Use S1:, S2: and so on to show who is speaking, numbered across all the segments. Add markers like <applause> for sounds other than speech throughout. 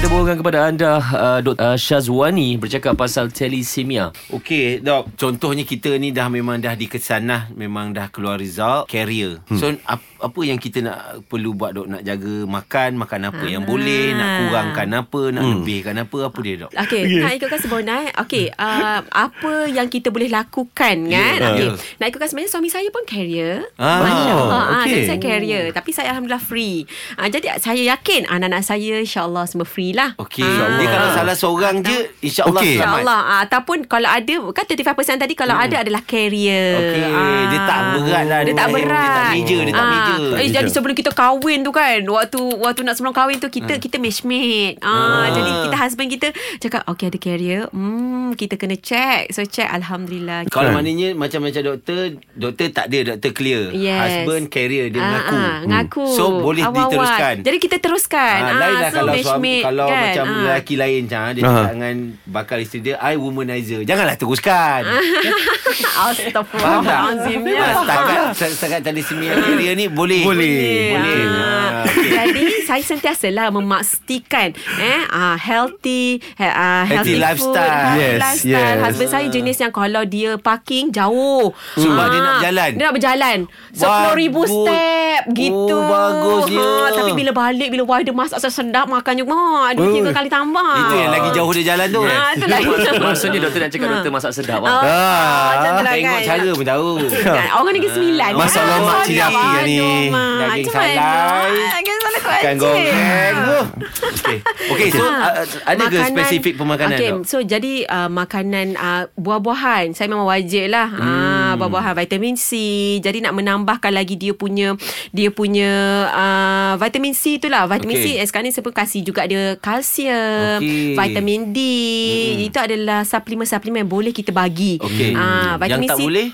S1: Kita bawakan kepada anda uh, Dr. Uh, Syazwani bercakap pasal thalassemia.
S2: Okey, Dok. Contohnya kita ni dah memang dah dikesan lah. Memang dah keluar result. Carrier. Hmm. So, ap, apa yang kita nak perlu buat, Dok? Nak jaga makan, makan apa yang boleh. Nak kurangkan apa, nak hmm. lebihkan apa. Apa dia, Dok?
S3: Okey, yeah. nak ikutkan sebenar eh. Okey, uh, apa yang kita boleh lakukan kan?
S2: Yeah.
S3: Yeah. Okey.
S2: Yeah.
S3: Nak ikutkan sebenarnya suami saya pun
S2: Ya,
S3: carrier.
S2: Ah,
S3: Masya-Allah. Ah,
S2: okey.
S3: jadi saya carrier, tapi saya alhamdulillah free. Ah, jadi saya yakin anak-anak saya insya-Allah semua free lah.
S2: Okey. Ah. Dia kalau salah seorang je, insyaAllah okay.
S4: Okey.
S2: selamat.
S3: InsyaAllah ah, Ataupun kalau ada Kan 35% tadi Kalau ada adalah carrier
S2: Hmm.
S3: Ah.
S2: Okey, dia tak berat lah.
S3: Dia
S2: Dia
S3: tak
S2: tak-
S3: berat
S2: dia tak major, dia tak
S3: Ah,
S2: major.
S3: eh,
S4: Major.
S3: Jadi sebelum kita kahwin tu kan Waktu waktu nak sebelum kahwin tu Kita
S2: Hmm.
S3: kita matchmate ah, Jadi kita husband kita Cakap okay ada carrier hmm, Kita kena check So check Alhamdulillah
S2: Kalau
S4: Kan.
S2: maknanya macam-macam doktor, doktor tak ada, doktor clear.
S3: Yes.
S2: Husband, carrier, dia
S3: Ah,
S2: mengaku. Hmm.
S3: ah, Ngaku
S2: So, boleh
S3: Awal-awal.
S2: diteruskan.
S3: Jadi kita teruskan
S2: Ah, lain lah
S3: Kan? so
S2: kalau suami,
S3: matchmate
S2: kalau
S3: kan?
S2: macam
S3: Ah. <laughs>
S2: lelaki lain macam ah, dia
S4: Ah.
S2: cakap dengan bakal isteri dia, I womanizer. Janganlah teruskan. Faham tak?
S3: Astaghfirullahalazim Ah, ya. <laughs>
S2: Ah, Setakat, setakat tadi semia dia ni boleh.
S4: Boleh.
S2: Boleh. Ah,
S3: Ah.
S2: okey.
S3: Jadi saya sentiasalah memastikan eh ah healthy he, ah, healthy,
S2: Healthy lifestyle. Ah.
S3: Food, healthy
S4: Yes,
S3: lifestyle.
S4: yes.
S3: Husband saya jenis yang kalau dia parking jauh. Ah,
S2: Sebab dia nak berjalan.
S3: Dia nak berjalan. So
S2: Bagus.
S3: 10000 step gitu. Ha,
S2: Oh, bagusnya.
S3: tapi bila balik bila wife dia masak saya sedap makannya. Ha, dua tiga kali tambah.
S2: Uh. Itu yang lagi jauh dia jalan tu.
S3: Ah, tu
S2: <laughs>
S3: lagi.
S1: Maksudnya doktor nak cakap doktor masak sedap
S3: Ah,
S1: lah.
S3: macam tu lah
S2: Tengok
S3: kan.
S2: cara pun
S3: <laughs>
S2: tahu.
S3: Kan? Orang Negeri Sembilan
S4: Masak
S3: Ah,
S4: lemak cili api
S3: aduh,
S4: yang ni.
S3: Mak.
S2: Daging
S3: Macam mana?
S2: salai.
S3: Ah, Daging salai kuat Ha.
S2: Ikan goreng. Kan, Okey. Okey, so
S3: Ah.
S2: uh, ada ke spesifik pemakanan
S3: okay,
S2: tu?
S3: So jadi uh, Makanan uh, Buah-buahan Saya memang wajib lah hmm. uh, Buah-buahan Vitamin C Jadi nak menambahkan lagi Dia punya Dia punya uh, Vitamin C tu lah Vitamin
S2: Okey.
S3: okay. C eh, Sekarang ni saya pun kasih juga dia Kalsium
S2: Okey.
S3: okay. Vitamin D hmm. Itu adalah Suplemen-suplemen yang Boleh kita bagi
S2: Okey.
S3: Ah,
S2: Yang
S3: vitamin
S2: tak
S3: C-
S2: boleh?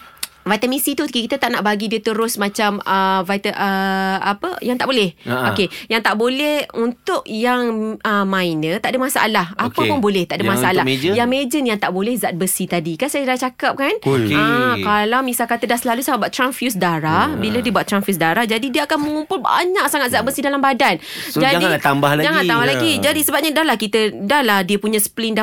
S3: Vitamin C tu kita tak nak bagi dia terus macam uh, vita, uh, apa yang tak boleh.
S2: Ha-ha.
S3: Uh-huh. Okey, yang tak boleh untuk yang uh, minor tak ada masalah. Apa
S2: Okey.
S3: pun boleh, tak ada
S2: Yang
S3: masalah.
S2: untuk major?
S3: Yang major ni yang tak boleh zat besi tadi. Kan saya dah cakap kan?
S2: Okey. Ha.
S3: Ah, kalau misal kata dah selalu sama buat transfuse darah, bila dia buat transfuse darah jadi dia akan mengumpul banyak sangat zat besi dalam badan.
S2: Hmm. So, janganlah tambah lagi.
S3: Jangan tambah
S2: Ya.
S3: lagi. Jadi sebabnya dah lah kita dah lah dia punya spleen dah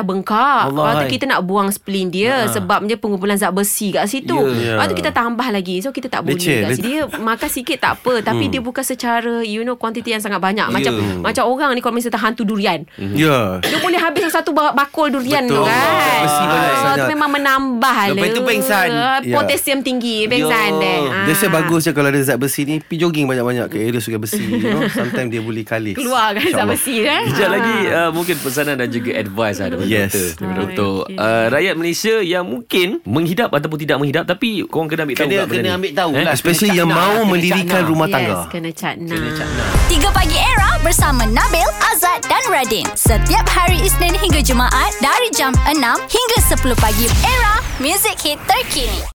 S2: Allah,
S3: bengkak. Lepas tu
S2: hai.
S3: kita nak buang spleen
S4: Ha.
S3: dia sebabnya pengumpulan zat besi kat situ tu.
S2: Ya.
S3: Yeah. Lepas tu kita tambah lagi. So kita tak boleh kat
S4: Leceh, leceh. Hmm.
S3: sini. Dia makan sikit tak
S4: <laughs>
S3: apa tapi dia bukan secara you know kuantiti yang sangat banyak. Macam
S2: Ya.
S3: macam orang ni kalau misalnya hantu durian.
S4: Ya.
S3: Dia boleh habis satu ba- bakul durian tu
S4: Betul.
S3: kan.
S4: Besi banyak
S3: Ah,
S4: sangat.
S3: tu memang menambah
S2: Lepas
S3: lah.
S2: tu pengsan.
S4: Ya.
S3: Potasium tinggi pengsan
S2: Ya.
S3: deh. Ah.
S4: Biasa bagus je kalau ada zat besi ni Pergi jogging banyak-banyak ke area sungai besi you know? Sometimes dia boleh kalis
S3: Keluar kan zat
S4: InsyaAllah.
S3: besi kan.
S1: Sekejap
S3: Ah.
S1: lagi uh, mungkin pesanan dan juga advice ada daripada
S4: Yes.
S1: doktor. Daripada
S3: Ah,
S1: doktor.
S3: okey.
S1: Uh, rakyat Malaysia yang mungkin menghidap ataupun tidak menghidap tapi korang kena ambil tahu
S2: Kena-
S1: tak benda
S2: kena
S1: ni?
S2: ambil tahu lah.
S4: Especially
S2: Kena
S4: yang
S2: cakna,
S4: mau
S2: kena
S4: mendirikan
S2: cakna.
S4: rumah
S3: Yes,
S4: tangga
S3: kena catna.
S2: Kena cakna.
S5: 3 Pagi Era bersama Nabil, Azad dan Radin. Setiap hari Isnin hingga Jumaat dari jam 6 hingga 10 pagi. Era, music hit terkini.